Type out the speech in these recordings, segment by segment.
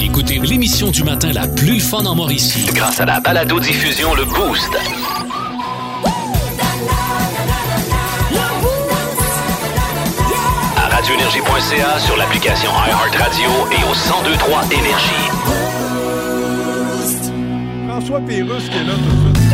Écoutez l'émission du matin la plus fun en Mauricie. Grâce à la balado diffusion Le Boost. À radioénergie.ca sur l'application iHeartRadio et au 1023 énergie. François Pérus qui est là tout de suite.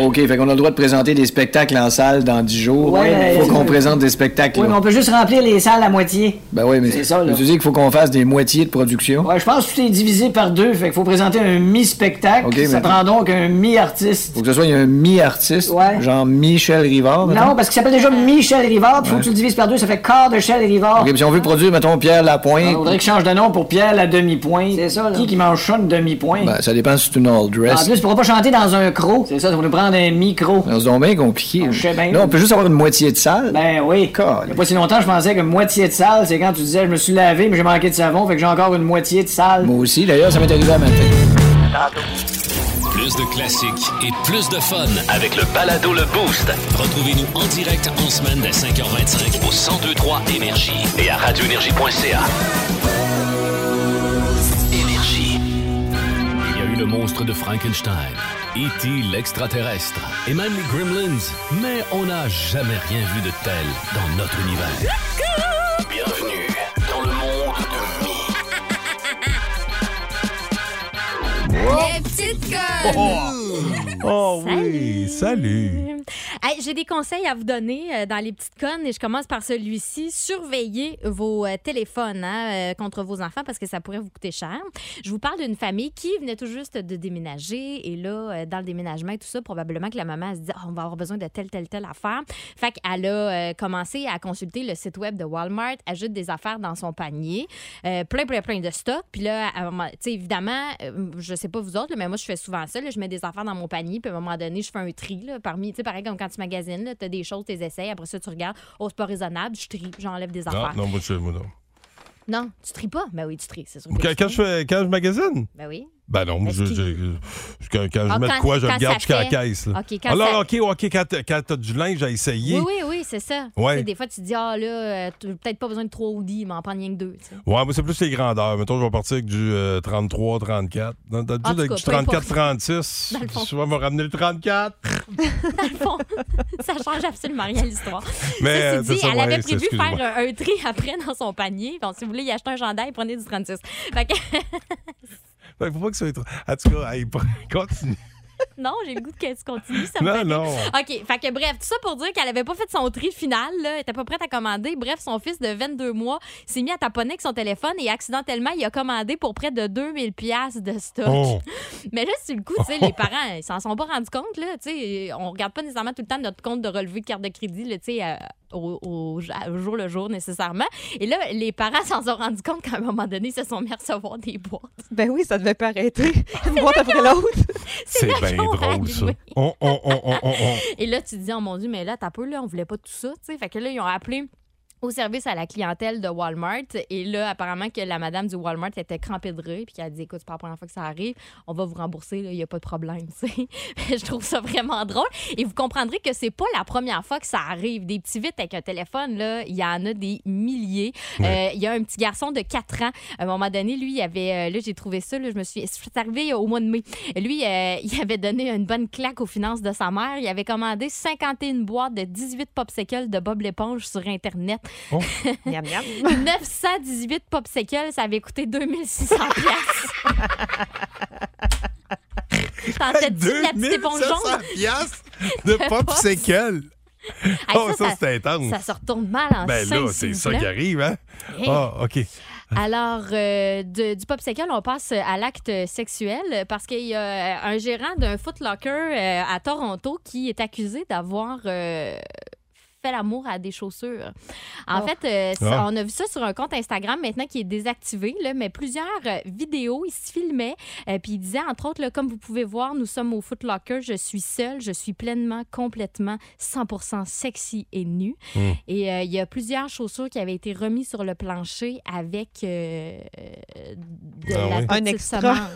OK, fait qu'on a le droit de présenter des spectacles en salle dans 10 jours. Ouais, mais- faut qu'on présente des spectacles. Oui, là. mais on peut juste remplir les salles à moitié. Ben oui, mais C'est ça, là. mais Tu dis qu'il faut qu'on fasse des moitiés de production. Ouais, je pense que tout est divisé par deux, fait qu'il faut présenter un mi-spectacle. Ok, ça mais- prend donc un mi-artiste. Faut que ce soit un mi-artiste, Ouais. genre Michel Rivard. mettons. Non, parce qu'il s'appelle déjà Michel Rivard, puis faut que tu le divises par deux, ça fait quart de Shell Rivard. OK, puis si on veut produire, mettons, Pierre Il Lapointe. faudrait qu'il change de nom pour Pierre la demi-pointe. C'est ça, Qui qui mange ça une demi-pointe? Ben, ça dépend si c'est Ah. une all en dress. plus, tu pourras pas chanter dans un croc. C'est ça, tu vas nous prendre un micro. C'est donc bien compliqué. Ah, Je sais bien. Là, on peut juste avoir une moitié de salle. Ben oui. Calme. Il y a pas si longtemps, je pensais que moitié de salle, c'est quand tu disais je me suis lavé, mais j'ai manqué de savon, fait que j'ai encore une moitié de salle. Moi aussi, d'ailleurs, ça m'est arrivé à matin. Plus de classiques et plus de fun. Avec le balado Le Boost Retrouvez-nous en direct en semaine dès 5h25 au 1023 énergie et à radioénergie.ca. Énergie. Il y a eu le monstre de Frankenstein, E.T. l'extraterrestre et même les Gremlins, mais on n'a jamais rien vu de tel dans notre univers. Bienvenue dans le monde de Mi. Les petites connes! Oh oui, salut. Hey, J'ai des conseils à vous donner euh, dans les petites connes et je commence par celui-ci. Surveillez vos euh, téléphones hein, euh, contre vos enfants parce que ça pourrait vous coûter cher. Je vous parle d'une famille qui venait tout juste de déménager et là, euh, dans le déménagement et tout ça, probablement que la maman elle se dit Ah, on va avoir besoin de telle, telle, telle affaire. Fait qu'elle a euh, commencé à consulter le site web de Walmart, ajoute des affaires dans son panier, euh, plein, plein, plein de stocks. Puis là, à un moment- tu sais, évidemment, euh, je sais pas vous autres, là, mais moi, je fais souvent ça. là. je mets des affaires dans mon panier, puis à un moment donné, je fais un tri. Là, parmi, tu sais, pareil comme quand tu magasines, tu as des choses, tes essais, après ça, tu regardes, oh, c'est pas raisonnable, je trie, j'enlève des Non, affaires. non, moi, je, moi, non. non. tu tries pas? Ben oui, tu tries, c'est sûr. que Quand, tu quand tries. je fais, quand je magasine? Ben oui. Ben non, moi, Est-ce je, qu'il- je- quand, quand Ah, je mets quand- de quoi, je quand regarde ça jusqu'à la fait. caisse. là. Ah, OK, quand Alors, ça- OK, OK, quand, t'as- quand t'as du linge à essayer. Oui, oui, oui, c'est ça. Ouais. Tu sais, Des fois, tu te dis, ah là, euh, t'as peut-être pas besoin de trois hoodies, mais en prendre rien que deux. tu sais. Ouais, moi, c'est plus les grandeurs. Mettons, je vais partir avec du euh, 33, 34. Dans, dans- En tout avec cas, du peu importe. 34, 36. Dans le fond. Je vais me ramener le 34. Dans le fond, ça change absolument rien à l'histoire. Mais, Ceci euh, c'est dit, ça, elle ouais, avait c'est- prévu excuse-moi. faire un, un tri après dans son panier. Bon, si vous voulez y acheter un gendarme, prenez du 36. Fait que, Ben, faut pas que ça soit trop. En tout cas, hey, continue. non, j'ai le goût que tu continues. Ça me fait Non, rire. non. OK, fait que bref, tout ça pour dire qu'elle avait pas fait son tri final, là, elle était pas prête à commander. Bref, son fils de 22 mois s'est mis à taponner avec son téléphone et accidentellement, il a commandé pour près de 2000 pièces de stock. Oh. Mais là, sur le coup, tu sais, les parents, ils s'en sont pas rendus compte, là, tu sais, on regarde pas nécessairement tout le temps notre compte de relevé de carte de crédit, là, tu sais, euh, au, au- au jour le jour nécessairement. Et là, les parents s'en sont rendus compte qu'à un moment donné, ils se sont mis à recevoir des boîtes. Ben oui, ça devait pas arrêter. Une boîte après l'autre. C'est là bien qu'ils ont drôle, ça. Oh, allumé. On, on, on, on, on, on. Et là, tu te dis, oh mon Dieu, mais là, t'as peu, là, on voulait pas tout ça, tu sais. Fait que là, ils ont appelé au service à la clientèle de Walmart. Et là, apparemment que la madame du Walmart était crampée de rue, puis qu'elle a dit, écoute, c'est pas la première fois que ça arrive, on va vous rembourser, là, il y a pas de problème, tu sais. Mais je trouve ça vraiment drôle. Et vous comprendrez que c'est pas la première fois que ça arrive. Des petits vites avec un téléphone, là, il y en a des milliers. Euh, Il y a un petit garçon de 4 ans, à un moment donné, lui, il avait, euh, là, j'ai trouvé ça, là, je me suis, c'est arrivé euh, au mois de mai. Lui, euh, il avait donné une bonne claque aux finances de sa mère. Il avait commandé 51 boîtes de 18 popsicles de Bob l'éponge sur Internet. Miam, miam. 918 popsicles, ça avait coûté 2600 pièces. T'en sais-tu de la petite éponge 2700 jaune? piastres de popsicle. Hey, Oh, ça, ça, c'est intense. ça se retourne mal en ben cinq, là, s'il c'est vous ça plaît. qui arrive, hein? Hey. Ah, OK. Alors, euh, de- du popsicle, on passe à l'acte sexuel parce qu'il y a un gérant d'un Foot Locker euh, à Toronto qui est accusé d'avoir euh, fait fait l'amour à des chaussures. En Oh. fait, euh, ça- Ah. on a vu ça sur un compte Instagram maintenant qui est désactivé, là, mais plusieurs euh, vidéos, ils se filmaient, euh, puis ils disaient, entre autres, là, comme vous pouvez voir, nous sommes au Foot Locker, je suis seule, je suis pleinement, complètement, 100% sexy et nue. Mm. Et euh, il y a plusieurs chaussures qui avaient été remises sur le plancher avec euh, euh, de Ah la oui. petite Un extra. semence.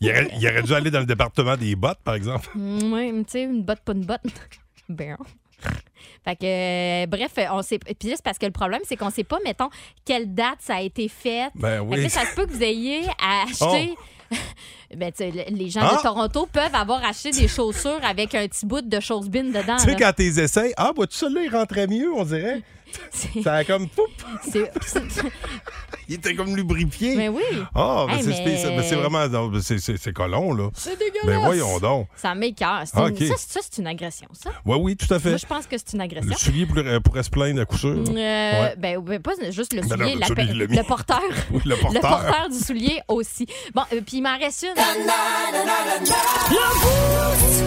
Il aurait, il aurait dû aller dans le département des bottes, par exemple. Mm, Oui, mais tu sais, une botte, pas une botte. ben. Fait que, euh, bref, on sait. Puis là, c'est parce que le problème, c'est qu'on sait pas, mettons, quelle date ça a été fait. Ben Fait que là, oui. Oh. ça se peut que vous ayez à acheter. Ben, tu sais, le- les gens Ah! de Toronto peuvent avoir acheté des chaussures avec un petit bout de chausse bine dedans. Tu sais, là. quand tes essais, ah, bah, tout ça, là, il rentrait mieux, on dirait. C'est- Ça a comme, poup, c'est- il était comme lubrifié. Mais oui, Ah, mais Hey, c'est mais- spécial. Mais c'est vraiment. non, mais C'est, c'est, c'est colon, là. c'est dégueulasse. Ben voyons donc. Ça m'écœure. C'est Ah, une- ok. Ça, c'est- ça, c'est une agression, ça. Oui, oui, tout à Moi, fait. je pense que c'est une Le agression. soulier pour- euh, pourrait se plaindre à coup sûr. Euh, Ouais. ben, ben, pas juste le Ben non, soulier, le la soulier, pe- il l'a mis. le porteur. Oui, le Le porteur. porteur du soulier aussi. Bon, euh, puis il m'en reste une.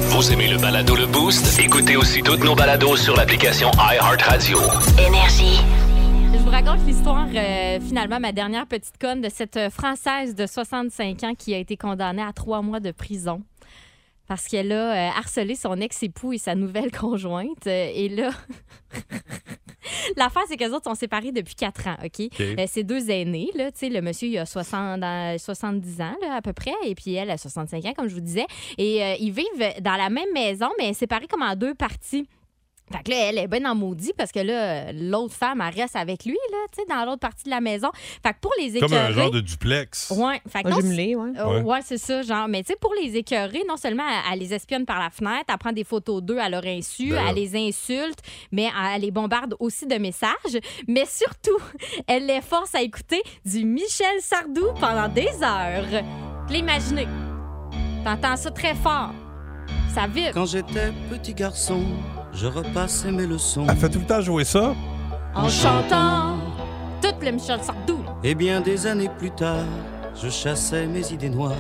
Vous aimez le balado Le Boost? Écoutez aussi toutes nos balados sur l'application iHeartRadio. Énergie. Je vous raconte l'histoire, euh, finalement, ma dernière petite conne de cette euh, Française de 65 ans qui a été condamnée à trois mois de prison. Parce qu'elle a euh, harcelé son ex-époux et sa nouvelle conjointe. Euh, et là, l'affaire, c'est qu'elles autres sont séparées depuis quatre ans, OK? Euh, Ces deux aînés, là, tu sais, le monsieur, il a 60, ans- 70 ans, là, à peu près, et puis elle a 65 ans, comme je vous disais. Et euh, ils vivent dans la même maison, mais séparés comme en deux parties. Fait que là, elle est bien en maudit parce que là, l'autre femme, elle reste avec lui, là, tu sais, dans l'autre partie de la maison. Fait que pour les Comme écœurer... un genre de duplex. Ouais, fait que Un non, jumelé, ouais. Ouais. euh, ouais, c'est ça, genre. Mais tu sais, pour les écœurer, non seulement elle, elle les espionne par la fenêtre, elle prend des photos d'eux à leur insu, Ben là. elle les insulte, mais elle les bombarde aussi de messages. Mais surtout, elle les force à écouter du Michel Sardou pendant des heures. L'imaginez. T'entends ça très fort. Ça vibre. Quand j'étais petit garçon, je repassais mes leçons. Elle fait tout le temps jouer ça. En chantant tout le Michel Sardou. Et bien des années plus tard, je chassais mes idées noires.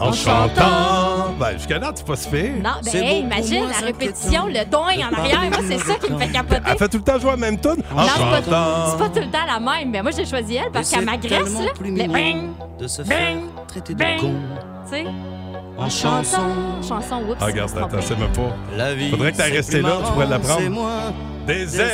En, En chantant. Ben, jusqu'à là, c'est pas si pire. Non, ben C'est hey, beaucoup imagine moins la répétition, inquiétant. le doing en arrière. Moi, c'est ça qui me fait capoter. Elle fait tout le temps jouer la même tune. En Non, c'est pas- chantant. C'est pas tout le temps la même, mais moi j'ai choisi elle parce Et qu'elle c'est m'agresse, tellement là. plus Les mignon bang, De se bang, faire traiter bang. de con. tu sais. En chanson, Chanson, oups. Ah, regarde, c'est pas attends, bien. c'est même pas. la vie. Faudrait que t'ailles c'est rester plus là, tu pourrais marrant, l'apprendre. c'est moi.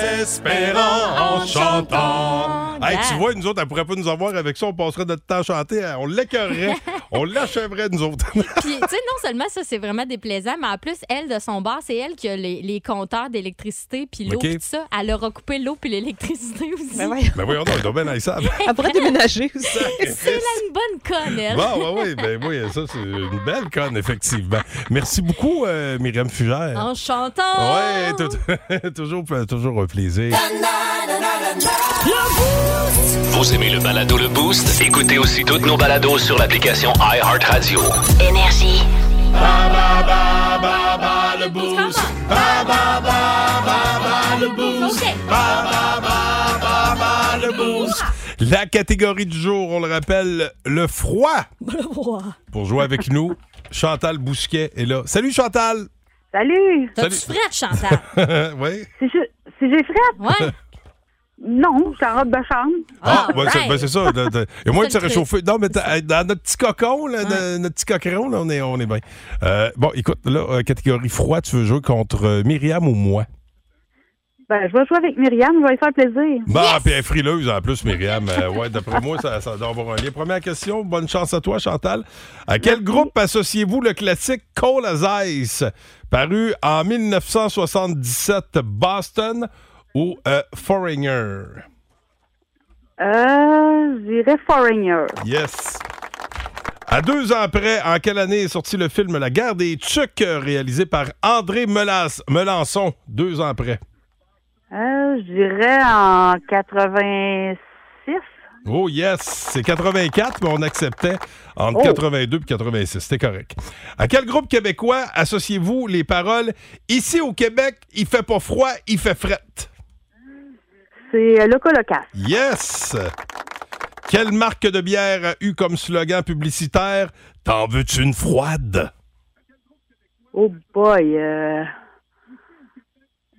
Désespérant en chantant. chantant. Hey, tu Yeah. vois, nous autres, elle pourrait pas nous avoir avec ça. On passerait notre temps à chanter. hein. On l'écœurerait. on l'achèverait, nous autres. Puis, tu sais, non seulement ça, c'est vraiment déplaisant, mais en plus, elle, de son bar, c'est elle qui a les, les compteurs d'électricité, puis l'eau, OK. puis tout ça. Elle aura coupé l'eau, puis l'électricité aussi. Ben voyons. ben voyons, donc, ils ont bien aïe ça. Elle Ah, pourrait déménager aussi. c'est là une bonne conne, elle. Bon, oui, oui, ben oui, ça, c'est une belle conne, effectivement. Merci beaucoup, euh, Myriam Fugère. En chantant. Ouais, tout- toujours, toujours un plaisir. Vous aimez le balado Le Boost? Écoutez aussi toutes nos balados sur l'application iHeartRadio. Énergie. Tu comprends? OK. La catégorie du jour, on le rappelle, le froid. Pour jouer avec nous, Chantal Bousquet est là. Salut Chantal! Salut, T'as-tu Salut. frette, Chantal? oui? c'est j'ai frette? Ouais. Non, c'est en robe de chambre. Ah, All ben, c'est right. ben, c'est ça. là, t'as- Il y a moyen de se C'est le truc. réchauffer. Non, mais t'as- hey, dans notre petit cocon, là, dans notre petit coqueron, là, on est, on est bien. Euh, bon, écoute, là, euh, catégorie froid, tu veux jouer contre euh, Myriam ou moi? Ben, je vais jouer avec Myriam, je vais lui faire plaisir. Bah, puis elle est frileuse en plus, Myriam. Euh, ouais, d'après moi, ça, ça doit avoir un lien. Première question, bonne chance à toi, Chantal. À quel groupe associez-vous le classique Cold as Ice, paru en 1977, Boston ou euh, Foreigner? Euh, je dirais Foreigner. Yes. À deux ans après, en quelle année est sorti le film La guerre des Tucs, réalisé par André Melas- Melançon, deux ans après? Euh, je dirais en 86. Oh yes, c'est 84, mais on acceptait entre Oh. 82 et 86. C'était correct. À quel groupe québécois associez-vous les paroles Ici au Québec, il fait pas froid, il fait fret? euh, C'est le colocasse. Yes! Quelle marque de bière a eu comme slogan publicitaire T'en veux-tu une froide? Oh boy. Euh...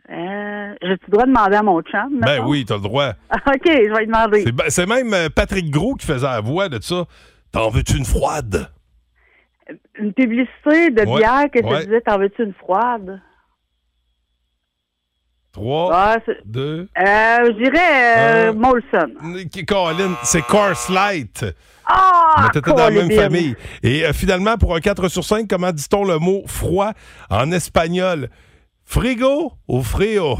Euh, J'ai-tu le droit de demander à mon chum? Ben mettons? oui, t'as le droit. OK, je vais lui demander. C'est ba- C'est même euh, Patrick Gros qui faisait la voix de ça. T'en veux-tu une froide? Une publicité de Ouais, bière que ouais. je disais, t'en veux-tu une froide? Trois, deux... Euh, je dirais euh, Euh. Molson. Qui- Colin, c'est Coors Light. Ah! Mais t'étais dans la même Colin. famille. Et euh, finalement, pour un 4 sur 5, comment dit-on le mot froid en espagnol? Frigo ou frio?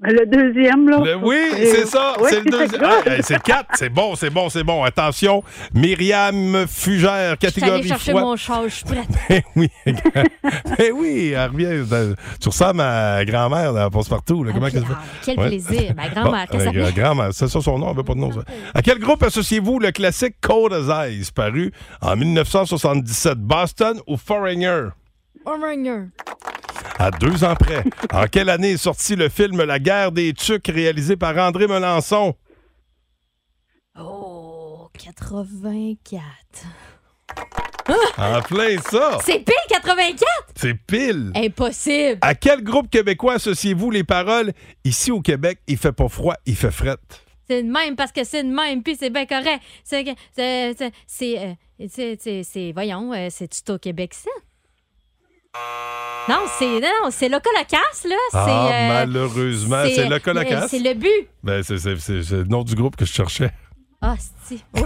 Le deuxième, là. Le- oui, Et- c'est ça. Ouais, c'est le deuxième. ça. Ah, hey, c'est 4. C'est bon, c'est bon, c'est bon. Attention, Myriam Fugère, Je suis allée catégorie chercher froid. mon char, je suis prête. Ben oui, ben oui, elle revient. dans- Tu ressembles à grand-mère dans Passe-Partout. là. Comment qu'elle fait? Ah, quel plaisir. Ben, grand-mère, qu'est-ce euh, que ça fait? Ah, grand-mère, c'est ça son nom, elle veut pas de nom. ça. À quel groupe associez-vous le classique Cold as Ice, paru en 1977? Boston ou Foreigner? Overringer. À deux ans près. en quelle année est sorti le film La guerre des tucs, réalisé par André Melançon? Oh, 84. Ah! En plein ça! C'est pile 84? C'est pile! Impossible. À quel groupe québécois associez-vous les paroles Ici au Québec, il fait pas froid, il fait fret? C'est de même parce que c'est de même, puis c'est bien correct. C'est. que- c'est- c'est- C'est. euh, c'est- c'est- c'est- Voyons, euh, c'est tout au Québec, ça? Non, c'est. Non, non, c'est le colocasse, là. C'est, Ah, euh, malheureusement, c'est le euh, Colacasse. C'est le but. Ben, c'est- c'est c'est- c'est le nom du groupe que je cherchais. Ah, si. Oh,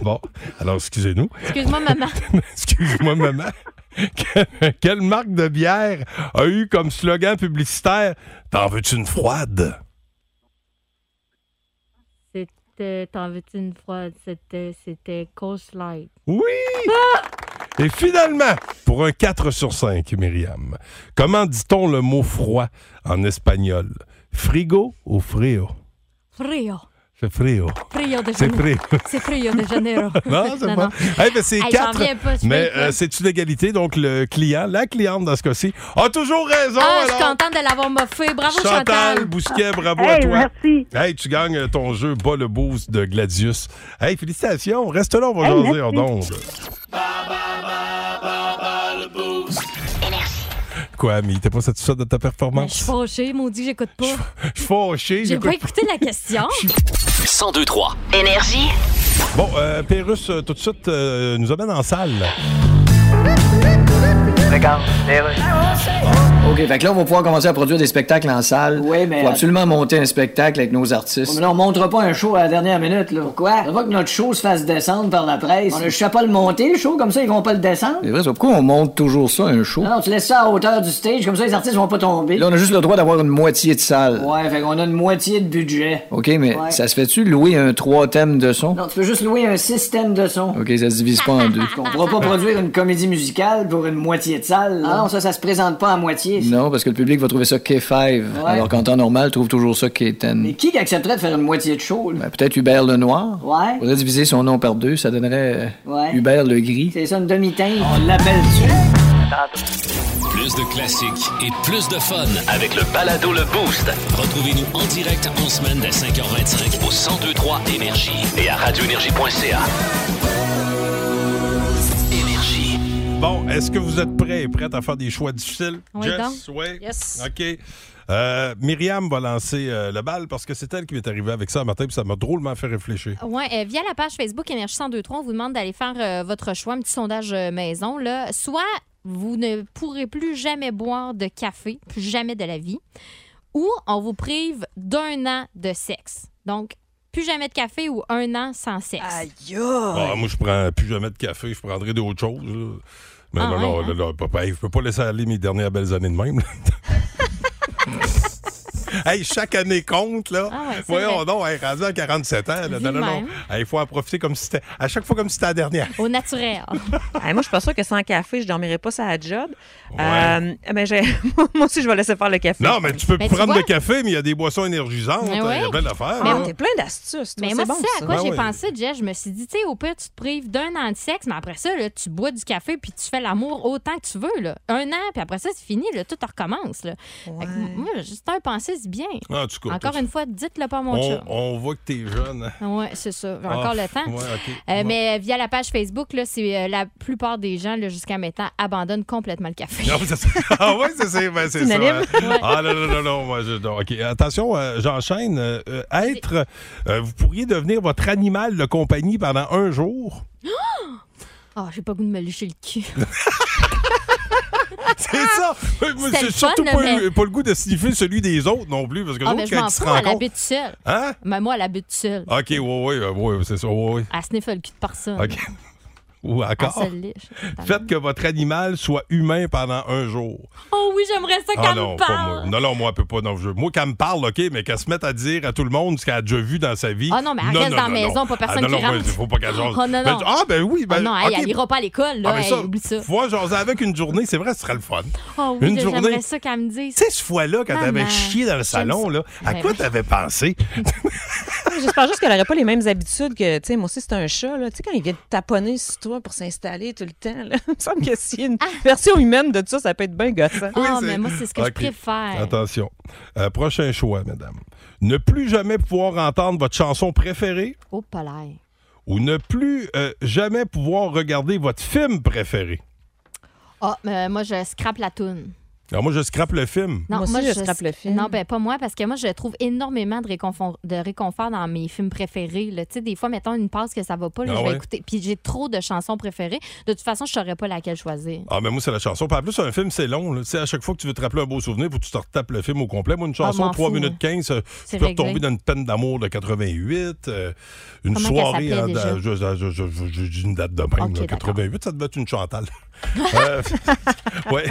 Bon, alors excusez-nous. excuse-moi, maman. Excuse-moi, maman. Que- Quelle marque de bière a eu comme slogan publicitaire T'en veux-tu une froide? C'était. T'en veux-tu une froide? C'était. C'était Coast Light. Oui! Et finalement, pour un 4 sur 5, Myriam, comment dit-on le mot froid en espagnol? Frigo ou frio? Frio. C'est frio. Frio de C'est Janeiro. frio. C'est Frio de Janeiro. Non, c'est pas. non. Eh ben, c'est Hey, j'en quatre. reviens pas, je Mais suis euh, là. c'est une égalité. Donc, le client, la cliente dans ce cas-ci, a toujours raison. Ah, je alors. suis contente de l'avoir moffé. Bravo, Chantal, Chantal. Bousquet, bravo à Hey, toi. merci. Hey, tu gagnes euh, ton jeu Bas le boost de Gladius. Hey, félicitations. Reste là, on va Hey, jaser en merci. ondes. Quoi, Ami, t'es pas satisfait de ta Je performance? suis fâchée, maudit, j'écoute pas. Je suis fâché. J'ai j'écoute pas écouté la question. 1023. Énergie. Bon, euh, Pérus, euh, tout de suite, euh, nous amène en salle. Regarde, OK, fait que là, on va pouvoir commencer à produire des spectacles en salle. Oui, mais. Faut absolument monter un spectacle avec nos artistes. Mais là, on montre pas un show à la dernière minute, là. Pourquoi? Ça va que notre show se fasse descendre par la presse. On ne cherche pas le monter, le show, comme ça, ils vont pas le descendre. C'est vrai, ça. pourquoi on monte toujours ça, un show? Non, tu laisses ça à hauteur du stage, comme ça, les artistes vont pas tomber. Là, on a juste le droit d'avoir une moitié de salle. Ouais, fait qu'on a une moitié de budget. OK, mais Ouais. ça se fait-tu louer un trois thèmes de son? Non, tu peux juste louer un système de son. OK, ça se divise pas en deux. On pourra pas produire une comédie musicale pour une moitié de salle. Ah non, ça, ça se présente pas à moitié. Non, parce que le public va trouver ça K5, alors qu'en temps normal, trouve toujours ça K10. Mais qui accepterait de faire une moitié de show, là? Ben, Peut-être Hubert Lenoir? Ouais. Faudrait diviser son nom par deux, ça donnerait euh, Ouais. Hubert le Gris. C'est ça, une demi-teinte. On l'appelle-tu? Plus de classiques et plus de fun avec le balado Le Boost. Retrouvez-nous en direct en semaine dès 5h25 au 1023 Énergie et à radioénergie.ca. Énergie. Bon, est-ce que vous êtes prêts et prêtes à faire des choix difficiles? Oui, Jess, donc. oui. Yes. OK. Euh, Myriam va lancer euh, le bal parce que c'est elle qui m'est arrivée avec ça un matin puis ça m'a drôlement fait réfléchir. Ouais, euh, via la page Facebook Énergie 1023, on vous demande d'aller faire euh, votre choix, un petit sondage euh, maison. Là. Soit vous ne pourrez plus jamais boire de café, plus jamais de la vie, ou on vous prive d'un an de sexe. Donc, plus jamais de café ou un an sans sexe. Aïe! Ah, moi, je prends plus jamais de café, je prendrai d'autres choses. là. Mais Ah, non, ouais, non, hein? là, là, papa, hey, je peux pas laisser aller mes dernières belles années de même. là. hey, chaque année compte, là. Ah ouais, c'est Voyons vrai. donc, hey, rendu à 47 ans, là, non, de non, non. même. Il faut en profiter comme si c'était. À chaque fois comme si c'était la dernière. Au naturel. Ah, moi, je suis pas sûre que sans café, je dormirais pas ça à la job. Euh, mais j'ai- moi aussi, je vais laisser faire le café. Non, mais tu peux Ben, tu prendre vois. le café, mais il y a des boissons énergisantes, il Ben y a oui. plein d'affaires. hein. Mais là. moi- T'es plein d'astuces. toi, Mais c'est moi, bon, tu sais ça. à quoi Ben j'ai oui. pensé, Jess? Je me suis dit, tu sais, au pire, tu te prives d'un an de sexe, mais après ça, là, tu bois du café puis tu fais l'amour autant que tu veux. Là. Un an, puis après ça, c'est fini, là, tout recommence. Là. Fait que moi, j'ai juste un pensée, c'est du bien. En tout cas, Encore t'as- une fois, dites-le pas à mon on, chum. on voit que t'es jeune. hein. Oui, c'est ça. J'ai encore Ah, le temps. ouais, ok. Euh, Mais euh, via la page Facebook, là, c'est euh, la plupart des gens, là, jusqu'à maintenant, abandonnent complètement le café. Non, c'est ça. Ah oui, c'est c'est- ben, c'est ça. Synonyme. hein. Ouais. Ah non, non, non, non. moi, je- non, OK, attention, euh, j'enchaîne. Euh, euh, être, euh, vous pourriez devenir votre animal de compagnie pendant un jour. Ah, j'ai pas le goût de me lécher le cul. C'est ça! Moi, Ah! C'était J'ai le surtout fun, pas, là, eu- mais- pas le goût de sniffer celui des autres non plus, parce que Ah, mais l'autre, je quand m'en ils se fous, elle rencontrent. habite seule. Hein? Mais moi, elle habite seule. OK, oui, oui, oui, c'est ça, oui, oui. Elle sniffe le cul de personne. OK. Ou Elle encore, se lèche. faites que votre animal soit humain pendant un jour. Oh oui, j'aimerais ça Ah qu'elle non, me pas parle. moi. Non, non, moi, elle peut pas. Non, je... Moi, qu'elle me parle, OK, mais qu'elle se mette à dire à tout le monde ce qu'elle a déjà vu dans sa vie. Ah non, mais elle reste dans la maison, pas personne ah, non, qui non, rentre. moi, faut pas qu'elle jase. Oh non, Ben, non. ah, ben oui, ben. Ah non, elle, OK. elle ira pas à l'école, là. Ah, mais Elle, oublie ça. Faut jaser avec une journée, c'est vrai, ce serait le fun. Oh oui, une là, journée. j'aimerais ça qu'elle me dise. Tu sais, ce fois-là, quand t'avais Maman, Ben chié dans le salon, là, à Ouais, quoi ouais. t'avais pensé? J'espère juste qu'elle n'aurait pas les mêmes habitudes que, tu sais, moi aussi, c'est un chat, là. Tu sais, quand il vient te taponner sur toi pour s'installer tout le temps, là. Il me semble que s'il y a une version humaine de ça, ça peut être bien gossant. Ah, mais moi, c'est ce que OK. je préfère. Attention. Euh, prochain choix, madame. Ne plus jamais pouvoir entendre votre chanson préférée Oh, pas l'air. ou ne plus euh, jamais pouvoir regarder votre film préféré. Ah, mais moi, je scrape la toune. Alors, moi, je scrape le film. Non, Moi aussi, je scrape le film. Non, ben pas moi, parce que moi, je trouve énormément de réconfort, de réconfort dans mes films préférés. là. Tu sais, des fois, mettons une passe que ça va pas, là, Ah je vais ouais? écouter. Puis j'ai trop de chansons préférées. De toute façon, je saurais pas laquelle choisir. Ah, mais moi, c'est la chanson. Puis en plus, un film, c'est long. là. Tu sais, à chaque fois que tu veux te rappeler un beau souvenir, faut que tu te retapes le film au complet. Moi, une chanson, Ah, m'en 3 fous, minutes 15, euh, tu C'est peux réglé. retomber dans une peine d'amour de 88, euh, une Comment qu'elle soirée. s'appelait en- déjà? je- je- je- je- je- J'ai une date de même. Ok, là, d'accord. 88, ça devait être une Chantal. Euh, ouais.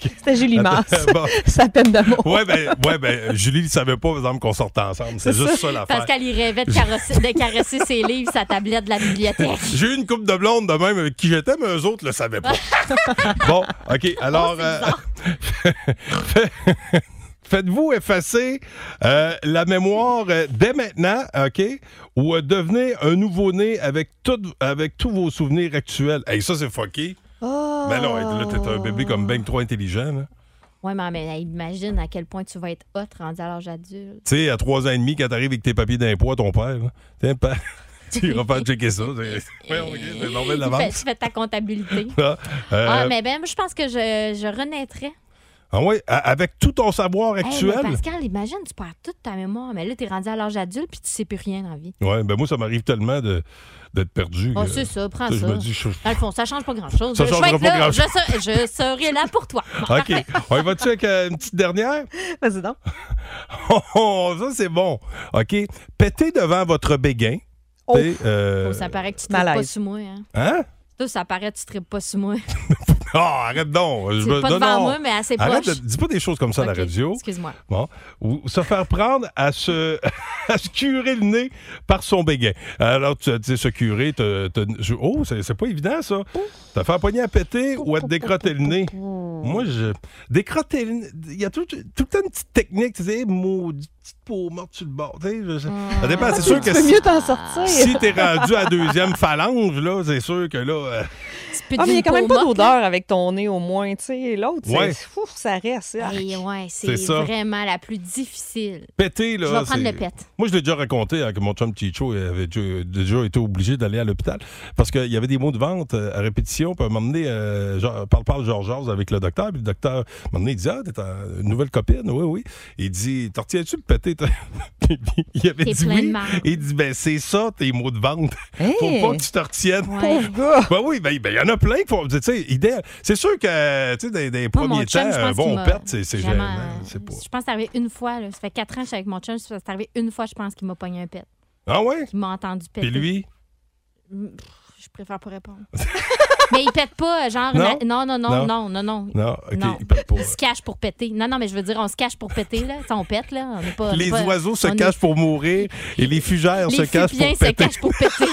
C'était Julie Masse. Bon. Sa peine d'amour. Ouais, ben, ouais, ben, Julie ne savait pas, par exemple, qu'on sortait ensemble. C'est juste ça, l'affaire. Parce qu'elle y rêvait de carrosser, de caresser ses livres, sa tablette de la bibliothèque. J'ai eu une coupe de blonde de même avec qui j'étais, mais eux autres le savaient pas. bon, OK. Alors, euh, fait- faites-vous effacer euh, la mémoire euh, dès maintenant, OK? Ou euh, devenez un nouveau-né avec, tout, avec tous vos souvenirs actuels. Hey, ça, c'est fucké. Mais non, là, t'es un bébé comme ben trop intelligent. là. Ouais, mais, mais imagine à quel point tu vas être hot rendu à l'âge adulte. Tu sais, à trois ans et demi, quand t'arrives avec tes papiers d'impôt à ton père, là, Tiens, père, tu iras pas checker ça. C'est- Ouais, OK, c'est normal Tu fais, tu d'avance. fais ta comptabilité. Ah, euh, Ah, mais ben, moi, je pense que je, je renaîtrais. Ah ouais, a- avec tout ton savoir Hey, mais actuel. Pascal, imagine, tu perds toute ta mémoire, mais là, t'es rendu à l'âge adulte puis tu sais plus rien dans la vie. ouais, ben moi, ça m'arrive tellement de- d'être perdu. Ah, que- c'est ça, prends tu ça. sais, euh, Je me dis, je- Dans le fond, ça change pas grand-chose. Ça je vais changera être pas là, grand-chose. Je, serai, je serai là pour toi. Bon, OK. parfait. On y va-tu avec euh, une petite dernière? Vas-y donc. Oh, oh, ça, c'est bon. OK. Pétez devant votre béguin. Oh. T'sais, euh, Oh, ça paraît que tu tripes pas Malaise. sur moi. Hein. Hein? Toi, ça paraît que tu tripes pas sur moi. Oh, arrête donc. Je C'est me- pas non, devant non. moi, mais assez Arrête de- proche. dis pas des choses comme ça à Ok, la radio. Excuse-moi. Bon. Ou se faire prendre à se, à se curer le nez par son béguin. Alors, tu tu sais, se curer, te, te- je- oh, c'est c'est pas évident, ça. Te faire pogner à péter ou à te décrotter le nez. Moi, je. Décrotter le nez. Il y a tout, tout le temps une petite technique. Tu sais, maudite petite peau morte sur le bord. Tu sais, je- je- Ça dépend. Ah, Ah, C'est sûr que Tu peux si, mieux t'en sortir. si t'es rendu à deuxième phalange, là, c'est sûr que là. euh, Tu peux Ah, mais il n'y a dire quand même peau pas morte, d'odeur avec ton nez au moins, tu sais. L'autre, Ouais. c'est fou, ça reste. là. Ah. Et ouais, C'est c'est ça. vraiment la plus difficile. Péter, là. Je vais prendre c'est- le pet. Moi, je l'ai déjà raconté hein, que mon chum Chicho avait déjà, déjà été obligé d'aller à l'hôpital parce qu'il y avait des mots de vente euh, à répétition. Puis, à un moment donné, euh, genre, parle, parle, Georges Georges avec le docteur. Puis, le docteur, à un moment donné, il dit Ah, t'es ta- une nouvelle copine, oui, oui. Il dit T'en retiens-tu de péter toi? Puis, Il avait T'es dit plein de oui. marde. Il dit Ben, c'est ça, tes mots de vente. Hey! Faut pas que tu te retiennes. Ouais. Ben oui, ben il ben, y en a plein qui font. Tu sais, idéal. C'est sûr que, tu sais, des, des Moi, premiers Ah, mon chum, temps, je pense euh, bon, qu'il on m'a pète, c'est c'est vraiment, gênant. hein, euh, C'est pas. Je pense que c'est arrivé une fois. là. Ça fait quatre ans que je suis avec mon chum. C'est arrivé une fois, je pense, qu'il m'a pogné un pet. Ah ouais? Qu'il m'a entendu péter. Puis lui? Pff, Je préfère pas répondre. mais il pète pas, genre. Non? la- Non, non, Non. non, non, non, non. Non, ok, Non. il pète pas. Il se cache pour péter. Non, non, mais je veux dire, on se cache pour péter, là. Tu sais, On pète, là. On est pas, on Les est Ah, pas- oiseaux se on est- cachent pour mourir et les fugères les se cachent pour fupiens se péter. cachent pour péter.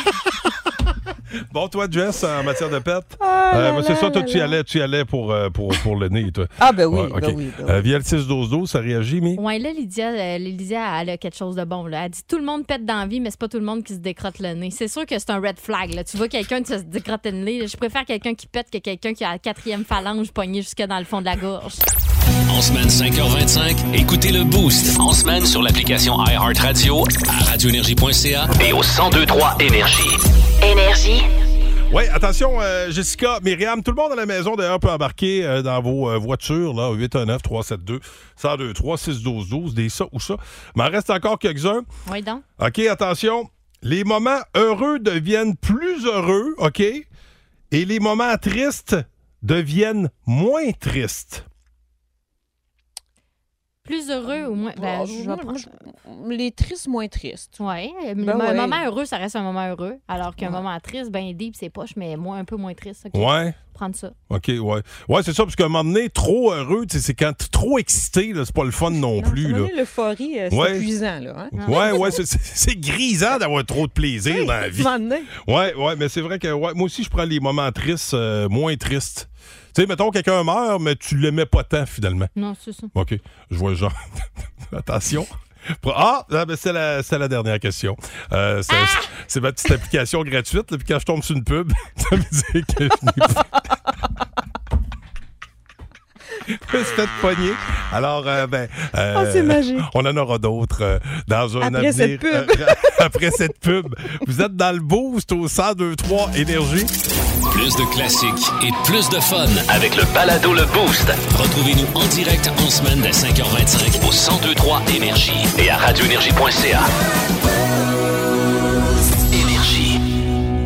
Bon, toi, Jess, en matière de pète, Ah, euh, là, c'est ça, là, toi, là, tu y là. allais, tu y allais pour, euh, pour, pour le nez, toi. Ah, ben oui, Ouais, ben ok. oui. ben oui. Euh, via le 6-12-12, ça réagit, mais... Ouais, là, Lydia, euh, Lydia, elle a quelque chose de bon. Là. Elle dit tout le monde pète dans la vie, mais c'est pas tout le monde qui se décrotte le nez. C'est sûr que c'est un red flag. Là. Tu vois quelqu'un qui se décrotte le nez. là. Je préfère quelqu'un qui pète que quelqu'un qui a la quatrième phalange poignée jusque dans le fond de la gorge. En semaine 5h25, écoutez le Boost. En semaine sur l'application iHeartRadio, à radioénergie.ca et au 1023 Énergie. Énergie. Oui, attention, euh, Jessica, Myriam, tout le monde à la maison d'ailleurs peut embarquer euh, dans vos euh, voitures, là, au 819-372-1023-612-12, des ça ou ça. Mais il en reste encore quelques-uns. Oui, donc. OK, attention. Les moments heureux deviennent plus heureux, OK? Et les moments tristes deviennent moins tristes. Plus heureux ou moins. Bon, Ben, je moi, vais prendre- Les tristes moins tristes. Oui. Ben euh, un ouais. moment heureux, ça reste un moment heureux. Alors qu'un Ouais. moment triste, ben deep, c'est poche, mais moi, un peu moins triste. OK? Ouais. Prendre ça. OK, ouais. Ouais, c'est ça, parce qu'à un moment donné, trop heureux, tu sais, c'est quand t'es trop excité, là, c'est pas le fun non, plus. Là. L'euphorie, euh, c'est Ouais. épuisant, là. hein? Ouais, ouais, c'est- c'est c'est grisant d'avoir trop de plaisir dans la Eh, ben, vie. Un moment donné. Ouais, ouais, mais c'est vrai que ouais, moi aussi, je prends les moments tristes, euh, moins tristes. Tu sais, mettons, quelqu'un meurt, mais tu l'aimais pas tant, finalement. Non, c'est ça. OK, je vois le genre. Attention. Ah, ah, ben, c'est la, c'est la dernière question. Euh, c'est Ah! c'est ma petite application gratuite. là, puis quand je tombe sur une pub, ça veut dire que je n'ai pas- Je me suis fait pogner. Alors, euh, ben, euh, Ah, c'est magique. on en aura d'autres euh, dans un Après avenir. cette pub. euh, après cette pub. Vous êtes dans le boost au 1023 Énergie. Plus de classiques et plus de fun avec le balado Le Boost. Retrouvez-nous en direct en semaine dès 5h25 au 1023 Énergie et à radioénergie.ca. Énergie.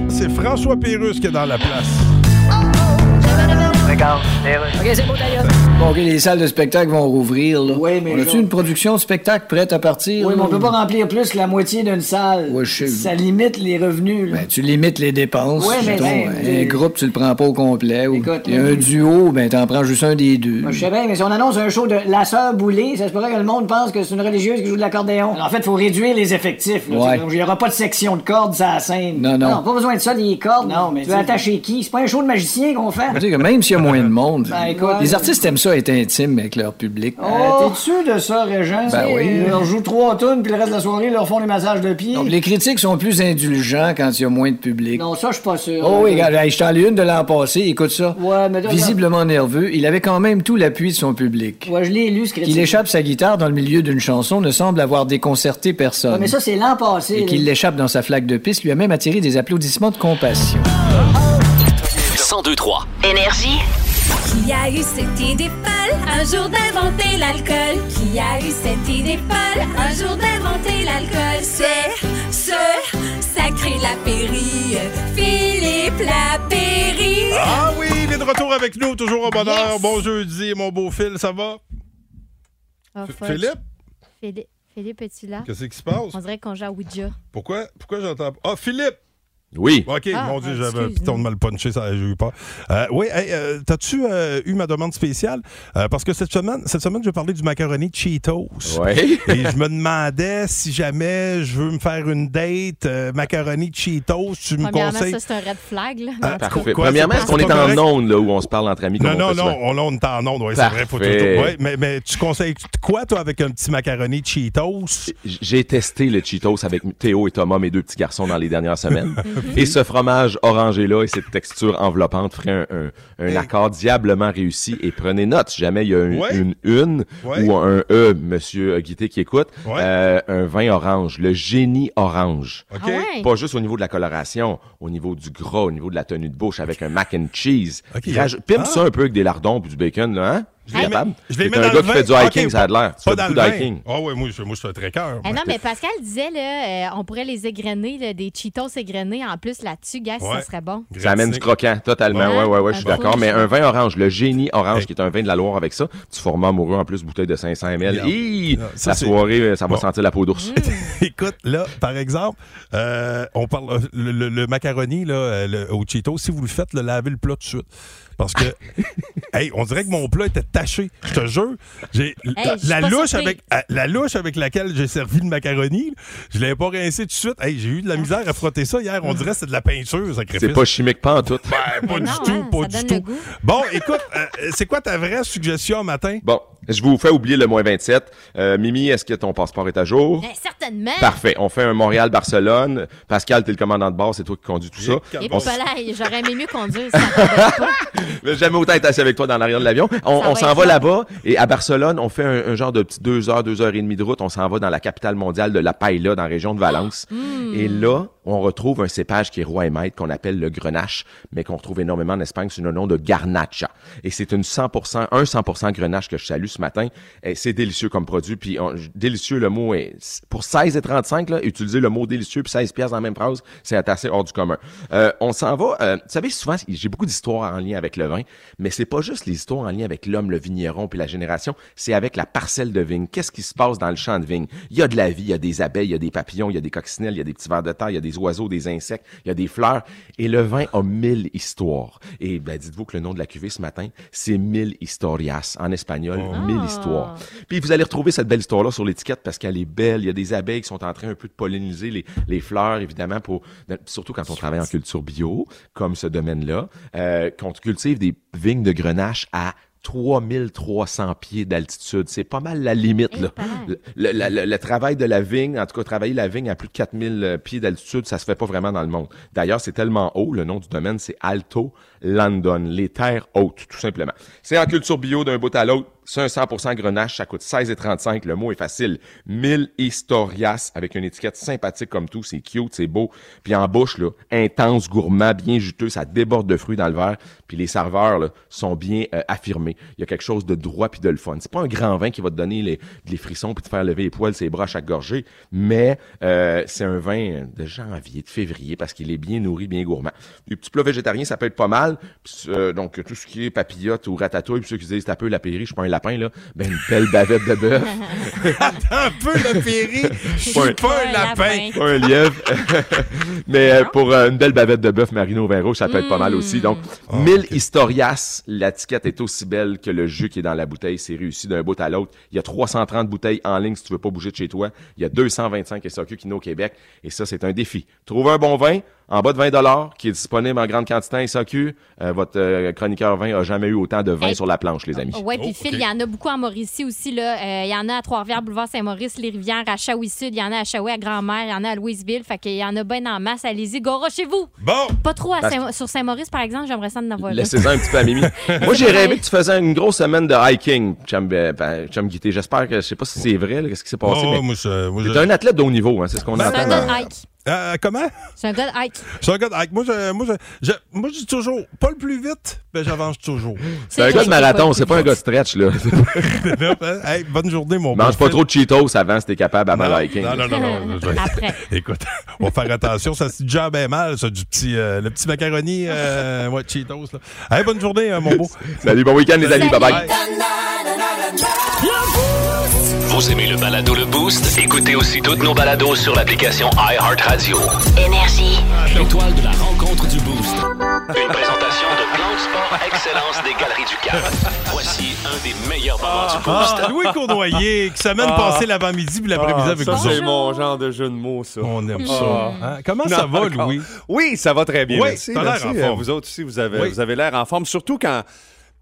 C'est François Pérus qui est dans la place. OK, c'est beau, d'ailleurs. Bon, OK, les salles de spectacle vont rouvrir, là. Oui, mais. On a-tu genre- une production de spectacle prête à partir? Oui, mais on peut pas rentrer. remplir plus que la moitié d'une salle. Ouais, je sais. Ça limite les revenus, là. Ben, tu limites les dépenses. Ouais, mais mettons. euh, ben, un j'ai- groupe, tu le prends pas au complet. Ou... Écoute, Et un oui. duo, ben, t'en prends juste un des deux. Moi, je sais bien, mais si on annonce un show de La Sœur Boulay, ça se pourrait que le monde pense que c'est une religieuse qui joue de l'accordéon. Alors, en fait, il faut réduire les effectifs. là. Ouais. C'est comme, Il n'y aura pas de section de cordes à la scène. Non, non. pas besoin de ça, des cordes. Non, mais tu veux attacher qui? C'est pas un show de magicien qu'on fait. Tu sais que même s'il y a moins de monde, Ben, écoute. les artistes aiment ça être intimes avec leur public. Euh, T'es sûr de ça, Régent? Ben Tu sais, oui. euh, Ils leur jouent trois tonnes, puis le reste de la soirée, ils leur font des massages de pieds. Donc, les critiques sont plus indulgents quand il y a moins de public. Non, ça, je suis pas sûr. Oh oui, Euh, regarde, hey, je t'en ai une de l'an passé, écoute ça. Ouais, mais là, Visiblement nerveux, il avait quand même tout l'appui de son public. Ouais, je l'ai lu, ce critique. Qu'il échappe sa guitare dans le milieu d'une chanson ne semble avoir déconcerté personne. Ouais, mais ça, c'est l'an passé. Et là. qu'il l'échappe dans sa flaque de piste lui a même attiré des applaudissements de compassion. 1023 Énergie. Qui a eu cette idée folle un jour d'inventer l'alcool? Qui a eu cette idée folle un jour d'inventer l'alcool? C'est ce sacré Lapéry, Philippe Lapéry. Ah oui, il est de retour avec nous, toujours au bonheur. Bon jeudi, mon beau Phil, ça va? Ah, F- fuck. Philippe? Philippe, Philippe, es-tu là? Qu'est-ce qui se passe? On dirait qu'on joue à Ouija. Pourquoi, pourquoi j'entends pas? Ah, Philippe! Oui. OK, Ah, mon Dieu, ah, j'avais un excuse-nous. piton de mal punché, ça, j'ai eu peur. Euh, oui, hey, euh, t'as-tu euh, eu ma demande spéciale? Euh, parce que cette semaine, cette semaine, je vais parler du macaroni Cheetos. Ouais. Et je me demandais si jamais je veux me faire une date, euh, macaroni Cheetos, tu me Premièrement, conseilles. ça, c'est un red flag. Là. Ah, Mais en tout cas, Parfait. Quoi, Premièrement, c'est est-ce qu'on pas- est c'est pas en correct? onde, là, où on se parle entre amis? Non, comme on non, fait non, souvent? on, on est en onde, ouais, c'est vrai. Faut tout, Parfait. ouais, mais, mais tu conseilles quoi, toi, avec un petit macaroni Cheetos? J'ai testé le Cheetos avec Théo et Thomas, mes deux petits garçons, dans les dernières semaines. et ce fromage orangé-là et cette texture enveloppante ferait un, un- un accord diablement réussi. Et prenez note, si jamais il y a un- Ouais. une une Ouais. ou un E, monsieur euh, Guité qui écoute, euh, un vin orange, le génie orange. Ah ouais? Pas juste au niveau de la coloration, au niveau du gras, au niveau de la tenue de bouche, avec un mac and cheese. Ah. Raj- Pimpe ça un peu avec des lardons puis du bacon, là, hein? Je les mets- je les mets un dans gars le qui vin. Ah, fait du Ok, hiking, ça a de l'air. Tu Pas fais dans beaucoup le de vin. hiking. Ah oui, moi, je, moi, je suis un trekker. Eh moi. non, mais Pascal disait, là, euh, on pourrait les égrener, là, des Cheetos égrenés. En plus, là-dessus, gars, Ouais. ça serait bon. Ça amène du croquant, totalement. Ouais. Ben Ouais, ouais, ouais, je suis Ouais. d'accord. Mais un vin orange, le génie orange, Hey. qui est un vin de la Loire avec ça, du format amoureux en plus, bouteille de 500 ml. Regarde. Hi! Regarde, ça, La c'est- soirée, euh, ça va Bon. sentir la peau d'ours. Écoute, là, par exemple, euh, on parle euh, le, le- le macaroni là, euh, le- au Cheeto, si vous le faites, le, lavez le plat tout de suite. Parce que, hey, on dirait que mon plat était taché. Je te jure, j'ai Hey, je suis la, pas louche surpris. avec, euh, la louche avec laquelle j'ai servi le macaroni, je l'avais pas rincé tout de suite. Hey, j'ai eu Ah. de la misère à frotter ça hier. On dirait que c'est de la peinture, sacrifice. C'est pas chimique, pas en tout. Ben, pas du hein, tout, pas du tout. Bon, écoute, euh, c'est quoi ta vraie suggestion matin? Bon, je vous fais oublier le moins 27. Euh, Mimi, est-ce que ton passeport est à jour? Eh, certainement. Certainement. Parfait. On fait un Montréal-Barcelone. Pascal, t'es le commandant de bord, c'est toi qui conduis tout ça. Et On puis là, j'aurais aimé mieux conduire. Ça Mais jamais autant être assis avec toi dans l'arrière de l'avion. On, Ça on va s'en être va long. là-bas et à Barcelone, on fait un, un genre de petit deux heures, deux heures et demie de route. On s'en va dans la capitale mondiale de la paella, dans la région de Valence. Mm. Et là, on retrouve un cépage qui est roi et maître qu'on appelle le grenache, mais qu'on retrouve énormément en Espagne sous le nom de garnacha. Et c'est une 100%, un 100% grenache que je salue ce matin. Et c'est délicieux comme produit. Puis on- délicieux, le mot est pour 16 et 35 là, utiliser le mot délicieux puis 16 pièces dans la même phrase, c'est assez hors du commun. Euh, on s'en va. euh, vous savez souvent, j'ai beaucoup d'histoires en lien avec le vin, mais c'est pas juste les histoires en lien avec l'homme, le vigneron puis la génération. C'est avec la parcelle de vigne. Qu'est-ce qui se passe dans le champ de vigne Il y a de la vie, il y a des abeilles, il y a des papillons, il y a des coccinelles, il y a des petits vers de terre, il y a des oiseaux, des insectes, il y a des fleurs. Et le vin a mille histoires. Et ben, dites-vous que le nom de la cuvée ce matin, c'est mille historias en espagnol, Ah. mille histoires. Puis vous allez retrouver cette belle histoire-là sur l'étiquette parce qu'elle est belle. Il y a des abeilles qui sont en train un peu de polliniser les, les fleurs, évidemment, pour surtout quand on travaille en culture bio, comme ce domaine-là, euh, qu'on cultive des vignes de grenache à 3300 pieds d'altitude. C'est pas mal la limite. Là. Le, le- la- le- le travail de la vigne, en tout cas, travailler la vigne à plus de 4000 pieds d'altitude, ça se fait pas vraiment dans le monde. D'ailleurs, c'est tellement haut, le nom du domaine, c'est Alto Landon, les terres hautes, tout simplement. C'est en culture bio d'un bout à l'autre. C'est un 100% grenache, ça coûte 16,35. Le mot est facile. 1000 historias avec une étiquette sympathique comme tout. C'est cute, c'est beau. Puis en bouche, là, intense, gourmand, bien juteux. Ça déborde de fruits dans le verre. Puis les serveurs là, sont bien euh, affirmés. Il y a quelque chose de droit puis de le fun. C'est pas un grand vin qui va te donner les, les frissons puis te faire lever les poils, ses bras à chaque gorgée. Mais euh, c'est un vin de janvier, de février parce qu'il est bien nourri, bien gourmand. Les petits plats végétariens, ça peut être pas mal. Puis, euh, donc tout ce qui est papillote ou ratatouille, puis ceux qui disent t'as peu la pairie, je suis pas un lapin là, ben une belle bavette de bœuf. un peu le péri. Je suis pas un lapin. Pas un lièvre. Mais euh, pour euh, une belle bavette de bœuf marino au vin rouge, ça peut être pas mal aussi. Donc, Mm. Ah, 1000 historias. L'étiquette est aussi belle que le jus qui est dans la bouteille. C'est réussi d'un bout à l'autre. Il y a 330 bouteilles en ligne si tu veux pas bouger de chez toi. Il y a 225 SAQ qui nous au Québec. Et ça, c'est un défi. Trouver un bon vin en bas de 20 qui est disponible en grande quantité en SAQ. Euh, votre euh, chroniqueur vin a jamais eu autant de vin Hey. sur la planche, les amis. Oui, puis Phil, il y en a beaucoup en Mauricie aussi. là. Euh, Il y en a à Trois-Rivières, Boulevard Saint-Maurice, Les Rivières, à Chaoui-Sud, il y en a à Chaoué, à Grand-Mère, il y en a à Louisville. Fait qu'il y en a bien en masse. Allez-y, chez vous Bon! Pas trop à Parce- Saint- sur Saint-Maurice, par exemple, j'aimerais ça en avoir là. Laissez-en un petit peu à Mimi. Moi, j'ai rêvé que tu faisais une grosse semaine de hiking, chum, euh, ben, chum Guité. J'espère que, je sais pas si c'est vrai, là, qu'est-ce qui s'est passé. Oh, mais moi, je- moi, t'es je- un athlète de haut niveau, hein, c'est ce qu'on entend. C'est un dans- gars de hike. Euh, comment? C'est un gars de hike. Je regarde, avec moi, je, moi, je, je, moi, je dis toujours, pas le plus vite, mais j'avance toujours. C'est un gars de marathon, c'est pas un gars de stretch, là. Hey, bonne journée, mon Mange beau pas Phil. trop de Cheetos avant si t'es capable avant le hiking. Non, non, non. non, je- Après. Écoute, on va faire attention. Ça se job bien mal, ça, du petit, euh, le petit macaroni, euh, ouais, Cheetos. Là. Hey, bonne journée, euh, mon beau. Salut, bon week-end, les amis. Bye-bye. Vous aimez le balado Le Boost? Écoutez aussi toutes nos balados sur l'application iHeartRadio. Énergie. L'étoile de la rencontre du Boost. Une présentation de Plan de Sport Excellence des Galeries du Cap. Voici un des meilleurs moments du Boost. Ah, Louis Cournoyer, qui s'amène Ah. passer l'avant-midi puis l'après-midi Ah, avec ça, vous c'est autres. mon genre de jeu de mots, ça. On aime ça. Ah. Hein? Comment ça va, encore. Louis? Oui, ça va très bien. Oui, merci. t'as l'air merci. en Euh, forme. Vous autres aussi, vous avez, Oui. vous avez l'air en forme, surtout quand,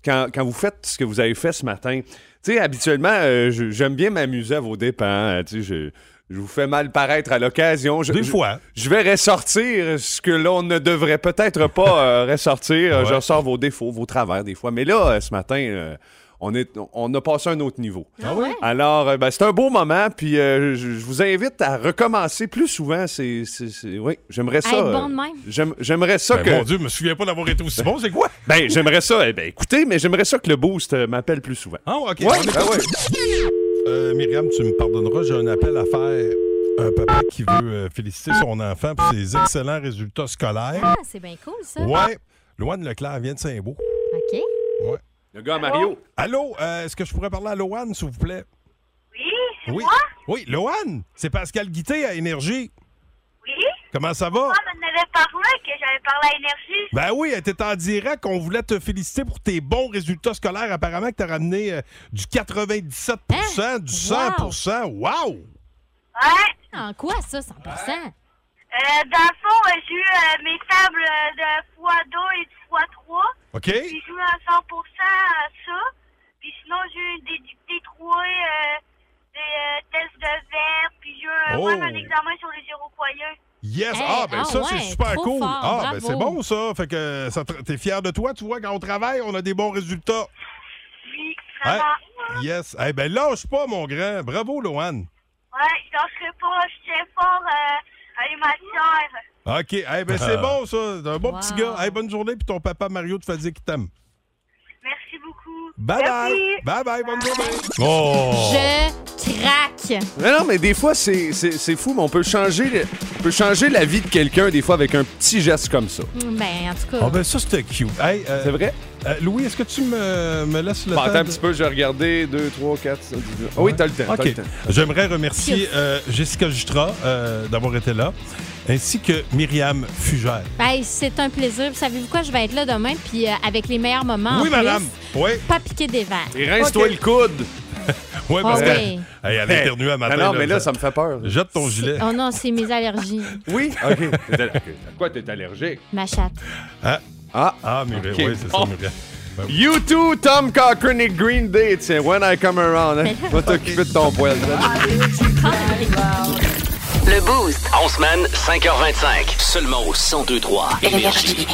quand, quand vous faites ce que vous avez fait ce matin. Tu sais, habituellement, euh, je- j'aime bien m'amuser à vos dépens. hein. Tu sais, je, je vous fais mal paraître à l'occasion. Je- Des je- fois. Je vais ressortir ce que l'on ne devrait peut-être pas euh, ressortir. Euh, Je ressors vos défauts, vos travers des fois. Mais là, euh, ce matin, euh, on, est, on a passé un autre niveau. Ah Alors, euh, ben, c'est un beau moment, puis euh, je, je vous invite à recommencer plus souvent. C'est, c'est- c'est- oui, j'aimerais ça. Être euh, bon de même. j'aime- j'aimerais ça Ben, que. Mon Dieu, je me souviens pas d'avoir été aussi bon, c'est quoi? Ben, j'aimerais ça. eh ben, écoutez, mais j'aimerais ça que le boost euh, m'appelle plus souvent. Ah, ok. Ouais, ben ouais. Euh, Myriam, tu me pardonneras, j'ai un appel à faire. Un papa qui veut euh, féliciter son enfant pour ses excellents résultats Ah, scolaires. c'est bien cool, ça. Ouais. Loane Leclerc vient de Saint-Beau. OK. Ouais. Le gars à Mario. Allô, euh, est-ce que je pourrais parler à Loane, s'il vous plaît? Oui, oui. Oui, Loane, c'est Pascal Guité à Énergie. Oui? Comment ça va? Moi, m'en avait parlé que j'avais parlé à Énergie. Ben oui, elle était en direct. On voulait te féliciter pour tes bons résultats scolaires. Apparemment que t'as ramené euh, du 97 du Hein? 100 Wow! Ouais. Ah, En quoi, ça, 100 OK. Euh, dans le fond, euh, j'ai eu euh, mes tables euh, de x2 et de x3. OK. J'ai joué à 100 à ça. Puis sinon, j'ai eu des, des trois, euh, des euh, tests de verre, puis j'ai eu un même un examen sur les Iroquois. Oh! Yes! Hey, ah, ben ah ça, ouais, c'est super trop cool. fort, ah, ben bravo. c'est bon, ça. Fait que ça te- t'es fier de toi, tu vois, quand on travaille, on a des bons résultats. Oui, Hein? vraiment. Yes. Eh ben lâche pas, mon grand. Bravo, Loan. Ouais, je lâcherai pas. Je tiens fort euh, à les matières. OK. Eh ben Ah. c'est bon, ça. T'es un bon Wow. petit gars. Eh, bonne journée, puis ton papa Mario te fait dire qu'il t'aime. Merci beaucoup. Bye bye. Bye bye, bonne journée. Oh! Je craque. Mais Ah non, mais des fois, c'est- c'est c'est fou, mais on peut changer, le- on peut changer la vie de quelqu'un, des fois, avec un petit geste comme ça. Ben, en tout cas. Ah ben ça, c'était cute. c'est vrai? Louis, est-ce que tu me, me laisses le Bon, temps Bah, attends un de- petit peu, je vais regarder 2, 3, 4, 5, 10. Ah oui, t'as le temps. t'as OK. le temps. J'aimerais remercier euh, Jessica Jutra euh, d'avoir été là, ainsi que Myriam Fugère. Ben, c'est un plaisir. Puis Savez-vous quoi? Je vais être là demain, puis euh, avec les meilleurs moments. en oui, plus. madame. Oui. Pas piquer des verres. rince-toi le coude. oui, parce Ah que. oui. Hey, elle a éternué à matin. Ah non, mais là, ça me fait peur. Jette ton gilet. Oh non, c'est mes allergies. Oui? OK. T'es aller- OK. À quoi t'es allergique? Ma chatte. Ah. Ah, Myriam. OK. Oui, c'est ça, Oh. Myriam. Ben oui. You too, Tom Cochran et Green Day. Tiens, when I come around, hein. va t'occuper de ton poil. Le Boost. En semaine, 5h25. Seulement au 102.3 Énergie.